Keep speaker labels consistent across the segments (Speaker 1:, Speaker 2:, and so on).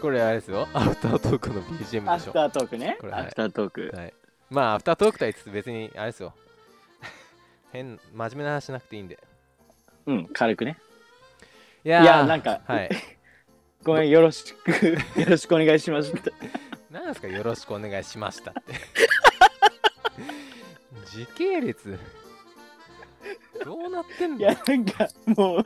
Speaker 1: これあれですよアフタートークの BGM
Speaker 2: ア
Speaker 1: でし
Speaker 2: フ
Speaker 1: ょ
Speaker 2: タートークね
Speaker 1: こ。れ
Speaker 2: アフタートーク。
Speaker 1: はい、まあアフタートークとは言いつつ別にあれです よ変真面目な話しなくていいんで
Speaker 2: うん、軽くね。
Speaker 1: いや
Speaker 2: いやなんか
Speaker 1: はい
Speaker 2: ごめん、よろしく、よろしくお願いしました。
Speaker 1: なんですかよろしくお願いしましたって時系列どうなってん
Speaker 2: い
Speaker 1: の
Speaker 2: や、なんか、もう、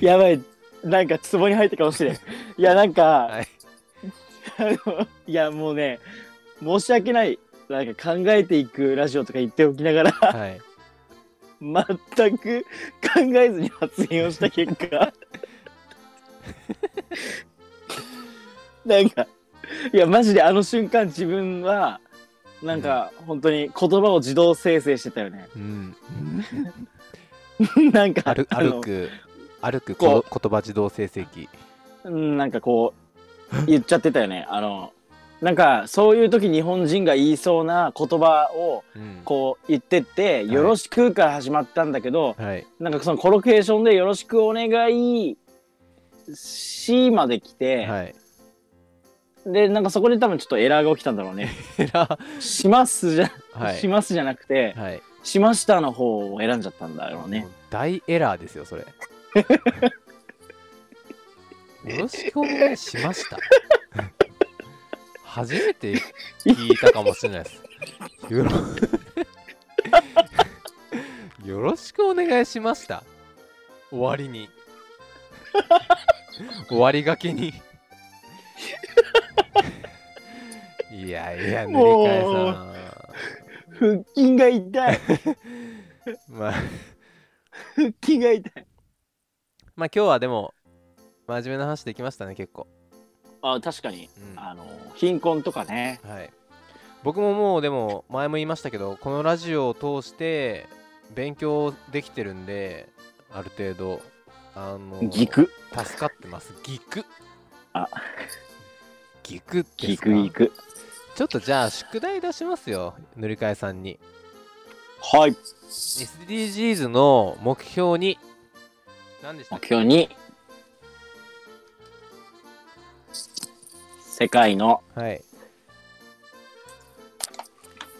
Speaker 2: やばい、なんか、壺に入ったかもしれん。いや、なんか、
Speaker 1: い
Speaker 2: あの、いや、もうね、申し訳ない。なんか、考えていくラジオとか言っておきながら、
Speaker 1: はい
Speaker 2: 全く考えずに発言をした 結果なんかいやマジであの瞬間自分はなんか本当に言葉を自動生成してたよね
Speaker 1: うん
Speaker 2: なんか
Speaker 1: 歩
Speaker 2: あの
Speaker 1: 歩く歩く
Speaker 2: こう
Speaker 1: こ言葉自動生成器
Speaker 2: うんなんかこう言っちゃってたよねあのなんかそういう時日本人が言いそうな言葉を
Speaker 1: うん
Speaker 2: こう言ってって「よろしく」から始まったんだけど、
Speaker 1: はい
Speaker 2: なんかそのコロケーションでよろしくお願いしまで来て、
Speaker 1: はい
Speaker 2: で、なんかそこで多分ちょっとエラーが起きたんだろうね。
Speaker 1: えら
Speaker 2: しますじゃ、
Speaker 1: は
Speaker 2: し
Speaker 1: い
Speaker 2: ますじゃなくて、
Speaker 1: はい
Speaker 2: しましたの方を選んじゃったんだろうね。
Speaker 1: 大エラーです よそれよろしくお願いしました初めて聞いたかもしれないですよろ よろしくお願いしました終わり に終わりがけにいやいや塗り替えさん
Speaker 2: 腹筋が痛 い。
Speaker 1: まあ
Speaker 2: 腹筋が痛い。
Speaker 1: まあ今日はでも真面目な話できましたね結構、
Speaker 2: あ、確かに。
Speaker 1: うん
Speaker 2: あの、貧困とかね。
Speaker 1: はい、僕ももうでも前も言いましたけどこのラジオを通して勉強できてるんである程度あの
Speaker 2: ギク。
Speaker 1: 助かってますギク
Speaker 2: あ
Speaker 1: ギクって
Speaker 2: ギクギク。
Speaker 1: ちょっとじゃあ宿題出しますよ塗り替えさんに
Speaker 2: はい。
Speaker 1: SDGs の目標に何でしたっ
Speaker 2: 目
Speaker 1: け
Speaker 2: 標に。世界の
Speaker 1: はい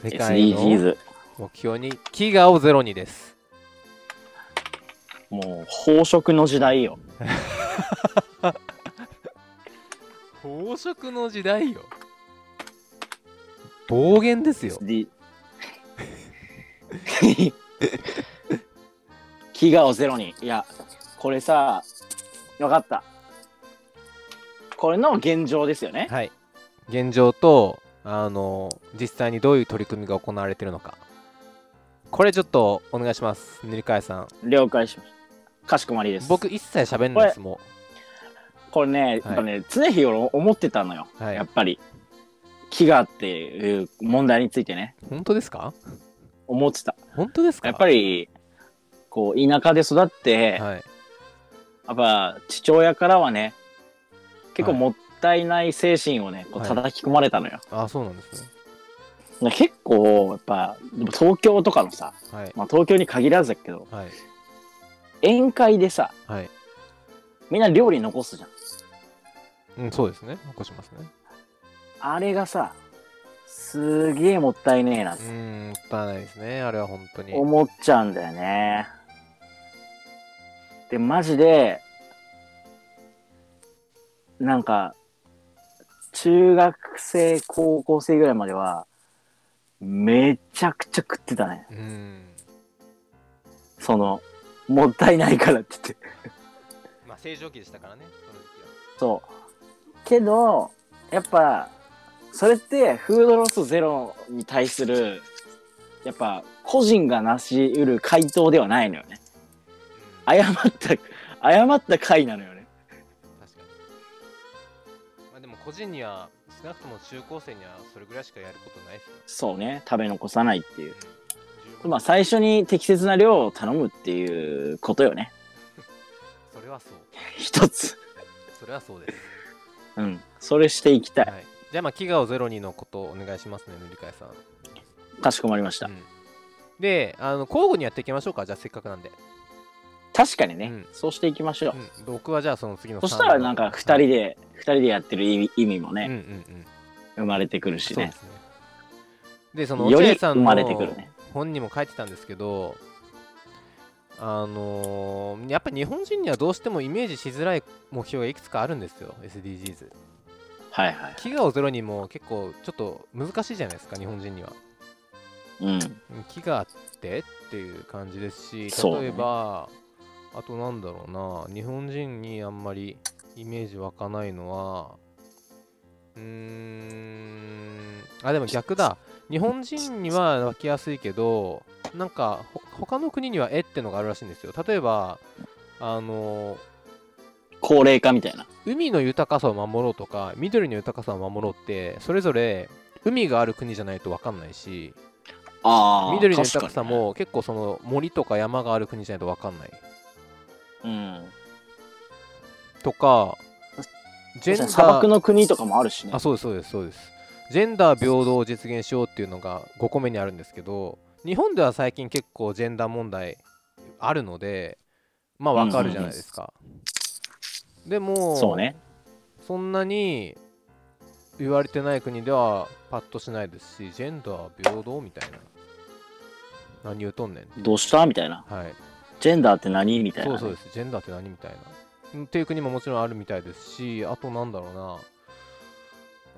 Speaker 1: 世界の
Speaker 2: SDGs。
Speaker 1: 目標に飢餓をゼロにです
Speaker 2: もう、飽食の時代よ。
Speaker 1: 飽食の時代よ暴言ですよ
Speaker 2: SD 飢餓をゼロにいやこれさ分かったこれの現状ですよね
Speaker 1: はい現状とあの実際にどういう取り組みが行われてるのかこれちょっとお願いします塗り替えさん
Speaker 2: 了解しましたかしこまりです
Speaker 1: 僕一切喋んないですも
Speaker 2: これねやっぱね、常日頃思ってたのよ、
Speaker 1: うはい
Speaker 2: やっぱり飢餓っていう問題についてね
Speaker 1: 本当ですか
Speaker 2: 思ってた
Speaker 1: 本当ですか
Speaker 2: やっぱりこう田舎で育って、
Speaker 1: はい
Speaker 2: やっぱ父親からはね結構
Speaker 1: はい
Speaker 2: もったいない精神をね、こう
Speaker 1: はい
Speaker 2: 叩き込まれたのよ、
Speaker 1: あそうなんですね
Speaker 2: 結構やっぱでも東京とかのさ、
Speaker 1: はい
Speaker 2: まあ、東京に限らずだけど
Speaker 1: はい
Speaker 2: 宴会でさ
Speaker 1: はい
Speaker 2: みんな料理残すじゃん
Speaker 1: うんそうですね残しますね
Speaker 2: あれがさすげえもったいねえなっ
Speaker 1: う
Speaker 2: て
Speaker 1: ーんもったいないですねあれは本当に
Speaker 2: 思っちゃうんだよねでマジでなんか中学生高校生ぐらいまではめちゃくちゃ食ってたね
Speaker 1: うーん
Speaker 2: そのもったいないからって言って
Speaker 1: まあ正常期でしたからねその時期は
Speaker 2: そう。けど、やっぱ、それってフードロスゼロに対する、やっぱ個人がなし得る回答ではないのよね。
Speaker 1: うん
Speaker 2: 誤った、誤った回なのよね。
Speaker 1: 確かに、まあ、でも個人には少なくとも中高生にはそれぐらいしかやることないですよ、
Speaker 2: そうね。食べ残さないっていう。
Speaker 1: うん十分
Speaker 2: まあ最初に適切な量を頼むっていうことよね。
Speaker 1: そ れはそう
Speaker 2: 一つ。
Speaker 1: それはそうです、
Speaker 2: うん。それしていきたい。
Speaker 1: はい、じゃあまあ飢餓をゼロにのことをお願いしますね塗り替えさん、
Speaker 2: かしこまりました、
Speaker 1: うんであの交互にやっていきましょうかじゃあせっかくなんで、
Speaker 2: 確かにね、
Speaker 1: うん
Speaker 2: そうしていきましょう、
Speaker 1: うん僕はじゃあその次の
Speaker 2: そしたらなんか2人
Speaker 1: で
Speaker 2: で、二人でやってる意味意味も
Speaker 1: うんう
Speaker 2: ね、
Speaker 1: んうん
Speaker 2: 生まれてくるし
Speaker 1: そうで
Speaker 2: ね
Speaker 1: すねでその
Speaker 2: よ
Speaker 1: 落
Speaker 2: り
Speaker 1: 合さ
Speaker 2: 生
Speaker 1: ん
Speaker 2: まれてくる
Speaker 1: の
Speaker 2: ね
Speaker 1: 本にも書いてたんですけどあのーやっぱり日本人にはどうしてもイメージしづらい目標がいくつかあるんですよ SDGs
Speaker 2: はいはい
Speaker 1: 飢餓をゼロにも結構ちょっと難しいじゃないですか日本人には
Speaker 2: うん
Speaker 1: 飢餓ってっていう感じですし
Speaker 2: そう
Speaker 1: 例えば、あとなんだろうな日本人にあんまりイメージ湧かないのはうーんあでも逆だ日本人には湧きやすいけどなんかほ他の国には絵ってのがあるらしいんですよ例えばあの
Speaker 2: 高齢化みたいな
Speaker 1: 海の豊かさを守ろうとか緑の豊かさを守ろうってそれぞれ海がある国じゃないと分かんないし
Speaker 2: ああ
Speaker 1: 緑の豊かさも結構その森とか山がある国じゃないと分かんない
Speaker 2: うん
Speaker 1: とかジェンダー
Speaker 2: 砂漠の国とかもあるしね
Speaker 1: あそうですそうですそうですジェンダー平等を実現しようっていうのが5個目にあるんですけど日本では最近結構ジェンダー問題あるのでまあ分かるじゃないですか、でも
Speaker 2: そうね
Speaker 1: そんなに言われてない国ではパッとしないですしジェンダー平等みたいな何言うとんねん
Speaker 2: どうしたみたいな
Speaker 1: はい
Speaker 2: ジェンダーって何みたいな
Speaker 1: そ
Speaker 2: ね、
Speaker 1: うそうですジェンダーって何みたいなっていう国ももちろんあるみたいですしあとなんだろうなう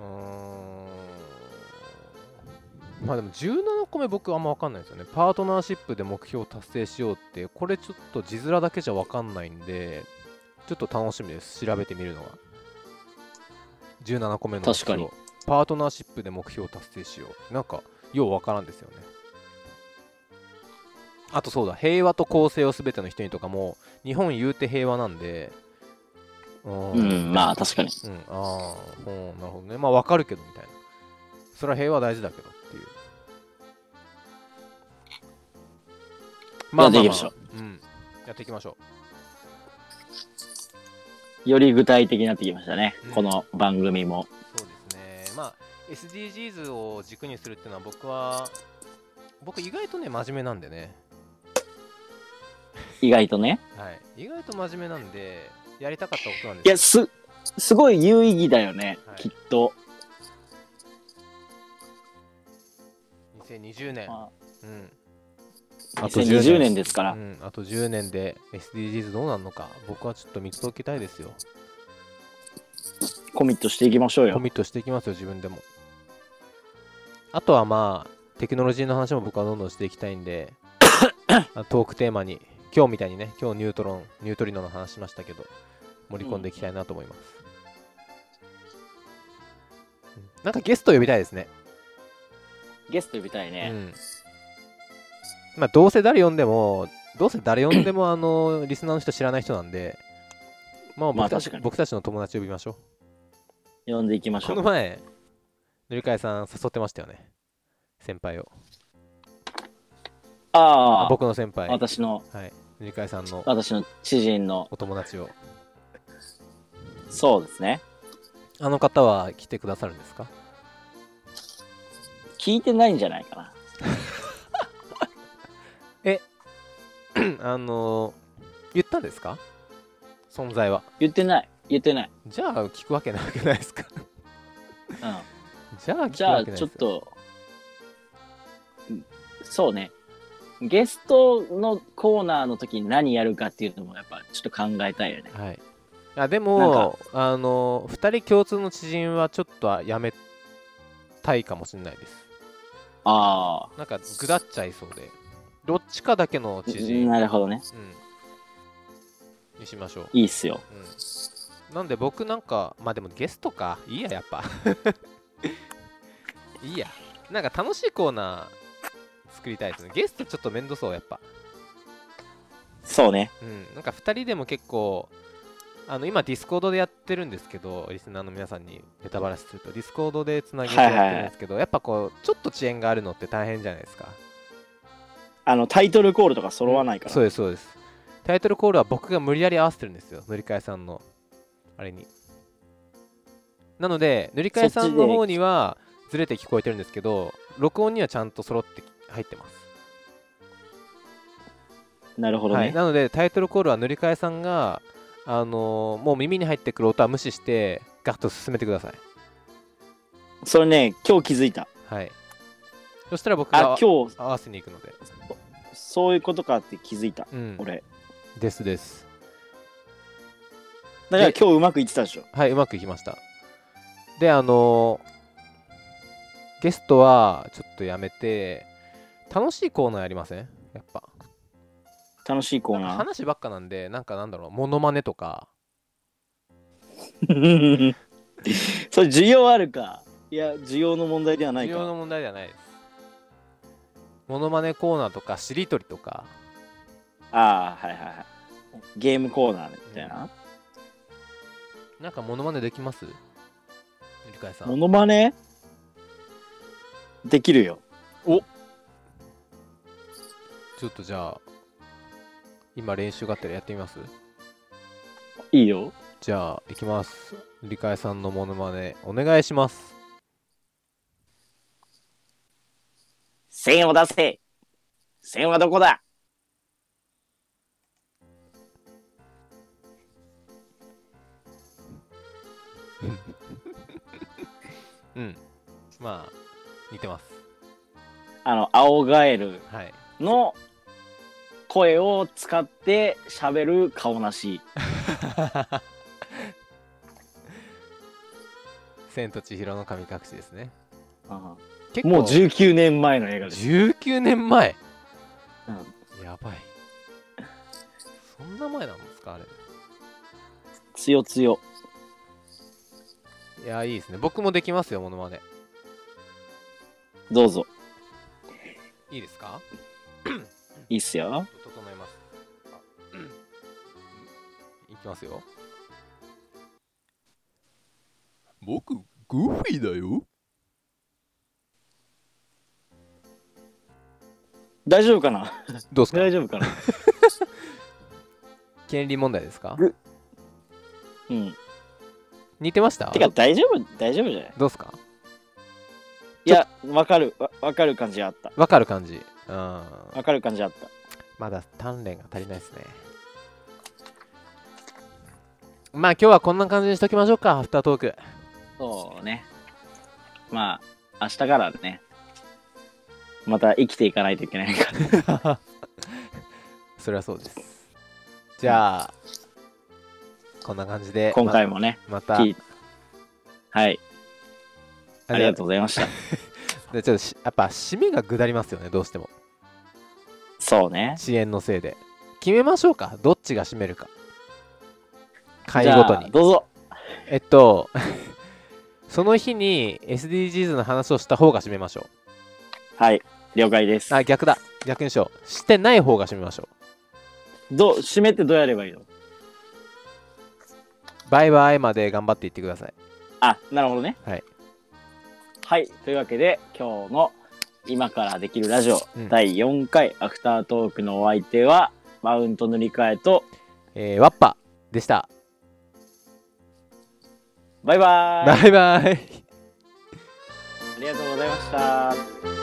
Speaker 1: ーんまあでも17個目僕あんま分かんないですよねパートナーシップで目標を達成しようってこれちょっと字面だけじゃ分かんないんでちょっと楽しみです調べてみるのが17個目の目標
Speaker 2: 確かに
Speaker 1: パートナーシップで目標を達成しようなんかよう分からんですよねあとそうだ平和と公正を全ての人にとかも日本言うて平和なんでうん
Speaker 2: うんまあ確かに
Speaker 1: うん、ああ、うん、なるほどね。まあ、わかるけどみたいな。それは平和大事だけどっていう。
Speaker 2: やっていきましょ
Speaker 1: う。ん。やっていきましょ
Speaker 2: より具体的になってきましたね、
Speaker 1: うん
Speaker 2: この番組も
Speaker 1: う。そうですね。まあ、SDGs を軸にするっていうのは僕は、僕意外とね、真面目なんでね。
Speaker 2: 意外とね
Speaker 1: はい。意外と真面目なんで、やりたかったことなん
Speaker 2: い
Speaker 1: で
Speaker 2: や
Speaker 1: す
Speaker 2: すすごい有意義だよね、
Speaker 1: はい
Speaker 2: きっと、
Speaker 1: 2020年。
Speaker 2: ま
Speaker 1: うん。
Speaker 2: あ、
Speaker 1: あと
Speaker 2: 2020年ですから、
Speaker 1: うん、あと10年で SDGs どうなるのか、僕はちょっと見届けたいですよ。
Speaker 2: コミットしていきましょう
Speaker 1: コ
Speaker 2: よ
Speaker 1: ミットしていきますよ自分でもあとはまあテクノロジーの話も僕はどんどんしていきたいん であトークテーマに今日みたいにね今日ニュートロンニュートリノの話しましたけど盛り込んでいきたいなと思います、うんなんかゲスト呼びたいですね、
Speaker 2: ゲスト呼びたいうね、
Speaker 1: ん、まあどうせ誰呼んでもどうせ誰呼んで もあのリスナーの人知らない人なんでまあ
Speaker 2: まあ
Speaker 1: 僕たち,、
Speaker 2: 確かに
Speaker 1: 僕たちの友達呼びましょう
Speaker 2: 呼んでいきまし
Speaker 1: こ
Speaker 2: ょ
Speaker 1: の
Speaker 2: う
Speaker 1: 前、塗り替えさん誘ってましたよね。先輩を。
Speaker 2: ああ
Speaker 1: 僕の先輩。
Speaker 2: 私の
Speaker 1: はい。塗り替えさんの
Speaker 2: 私の知人の
Speaker 1: お友達を。
Speaker 2: そうですね
Speaker 1: あの方は来てくださるんですか
Speaker 2: 聞いてないんじゃないかな
Speaker 1: うんあのー言ったんですか存在は。
Speaker 2: 言ってない言ってない、
Speaker 1: じゃあ聞くわけなくないですか
Speaker 2: う
Speaker 1: じゃあ
Speaker 2: ん、
Speaker 1: 聞く
Speaker 2: じゃ
Speaker 1: わ
Speaker 2: あ
Speaker 1: けない
Speaker 2: ち
Speaker 1: で
Speaker 2: ょっ
Speaker 1: すよ。
Speaker 2: とうんそうねゲストのコーナーの時に何やるかっていうのもやっぱちょっと考えたいよね
Speaker 1: はい。あで
Speaker 2: なん
Speaker 1: も、あのー、2人共通の知人はちょっとはやめたいかもしれないです。
Speaker 2: あ
Speaker 1: なんか、ぐだっちゃいそうで。どっちかだけの知
Speaker 2: あ
Speaker 1: 人、
Speaker 2: なるほどね
Speaker 1: うん、にしましょう。
Speaker 2: いいっすよ
Speaker 1: うん、なんで僕なんかまあでもゲストかいいややっぱ いいやなんか楽しいコーナー作りたいですねゲストちょっと面倒そうやっぱ
Speaker 2: そうね
Speaker 1: うんなんか2人でも結構あの今ディスコードでやってるんですけどリスナーの皆さんにネタバラシするとディスコードでつなげてやってるんですけど、やっぱこうちょっと遅延があるのって大変じゃないですか
Speaker 2: あのタイトルコールとか揃わないから、
Speaker 1: そうですそうですタイトルコールは僕が無理やり合わせてるんですよ乗り換えさんのあれになので塗り替えさんの方にはずれて聞こえてるんですけど録音にはちゃんと揃って入ってます
Speaker 2: なるほどね。
Speaker 1: はい、なのでタイトルコールは塗り替えさんが、あのーもう耳に入ってくる音は無視してガッと進めてください、
Speaker 2: それね、今日気づいた。
Speaker 1: はい、そしたら僕が
Speaker 2: あ、今日、
Speaker 1: 合わせに行くので、
Speaker 2: そういうことかって気づいた。
Speaker 1: うん、
Speaker 2: 俺。
Speaker 1: ですです
Speaker 2: だから
Speaker 1: え
Speaker 2: 今日うまくいってたでしょ。
Speaker 1: はいうまくいきましたであのーゲストはちょっとやめて楽しいコーナーやりませんやっぱ
Speaker 2: 楽しいコー
Speaker 1: なんか
Speaker 2: ナ
Speaker 1: 話ばっかなんでなんかなんだろうモノマネとか
Speaker 2: ー。 それ需要あるか。いや、需要の問題ではな
Speaker 1: 需
Speaker 2: い
Speaker 1: 要
Speaker 2: か。
Speaker 1: の問題ではないですモノマネコーナーとかしりとりとか
Speaker 2: ああ、はいはいはい。ゲームコーナーみたいな。
Speaker 1: なんかモノマネできますゆりかえさ
Speaker 2: モ
Speaker 1: ん。
Speaker 2: ノマネできるよ。
Speaker 1: ちょっとじゃあ、今練習があったらやってみます
Speaker 2: いいよ。
Speaker 1: じゃあ、いきます。ゆりかえさんのモノマネ、お願いします。
Speaker 2: 線を出せ線はどこだ
Speaker 1: うん。まあ、似てます。
Speaker 2: あの、青ガエル
Speaker 1: はい。
Speaker 2: の声を使って喋る顔なし。
Speaker 1: 千と千尋の神隠しですね。
Speaker 2: うん
Speaker 1: 結構
Speaker 2: もう19年前の映画です。
Speaker 1: 19年前、
Speaker 2: う
Speaker 1: や ばい。そんな前なんですかあれ。
Speaker 2: 強強。
Speaker 1: いや、いいですね。僕もできますよ、モノマネ。
Speaker 2: どうぞ。
Speaker 1: いいですか
Speaker 2: いいっすよ。
Speaker 1: 整えます。いきますよ。
Speaker 3: 僕、グーフィーだよ。
Speaker 2: 大丈夫かな
Speaker 1: どうですか
Speaker 2: 大丈夫かな
Speaker 1: 権利問題ですか
Speaker 2: ぐ うん。
Speaker 1: 似てました
Speaker 2: てか大丈夫大丈夫じゃない
Speaker 1: どうですか
Speaker 2: いや、わかる。わわかる感じあった。
Speaker 1: わかる感じ。うん。
Speaker 2: わかる感じあった。
Speaker 1: まだ鍛錬が足りないですね。まあ今日はこんな感じにしときましょうか、アフタートーク。
Speaker 2: そうね。まあ、明日からね。また生きていかないといけないから。
Speaker 1: それはそうです。じゃあ、こんな感じで、
Speaker 2: 今回もね。
Speaker 1: ままた、
Speaker 2: 聞いはい。
Speaker 1: あ
Speaker 2: ありがとうございました。
Speaker 1: でちょっとしやっぱ締めが下りますよね、どうしても。
Speaker 2: そうね。
Speaker 1: 遅延のせいで決めましょうかどっちが占めるか回
Speaker 2: じゃ
Speaker 1: ご
Speaker 2: あ
Speaker 1: とに
Speaker 2: どうぞ。
Speaker 1: えっと その日に SDGs の話をした方が占めましょ
Speaker 2: はい。了解です
Speaker 1: う。あ逆だ逆にしようしてない方が占めましょ
Speaker 2: どう、締めってどうやればいいの
Speaker 1: うバイバイまで頑張っていってください
Speaker 2: あ、なるほどね。
Speaker 1: はい。
Speaker 2: はい。というわけで、今日の今からできるラジオ、
Speaker 1: うん
Speaker 2: 第4回アフタートークのお相手は、マウント塗り替えと、
Speaker 1: えー、ワッパでした
Speaker 2: バイバーイ。あ
Speaker 1: バイバイ
Speaker 2: りがとうございました。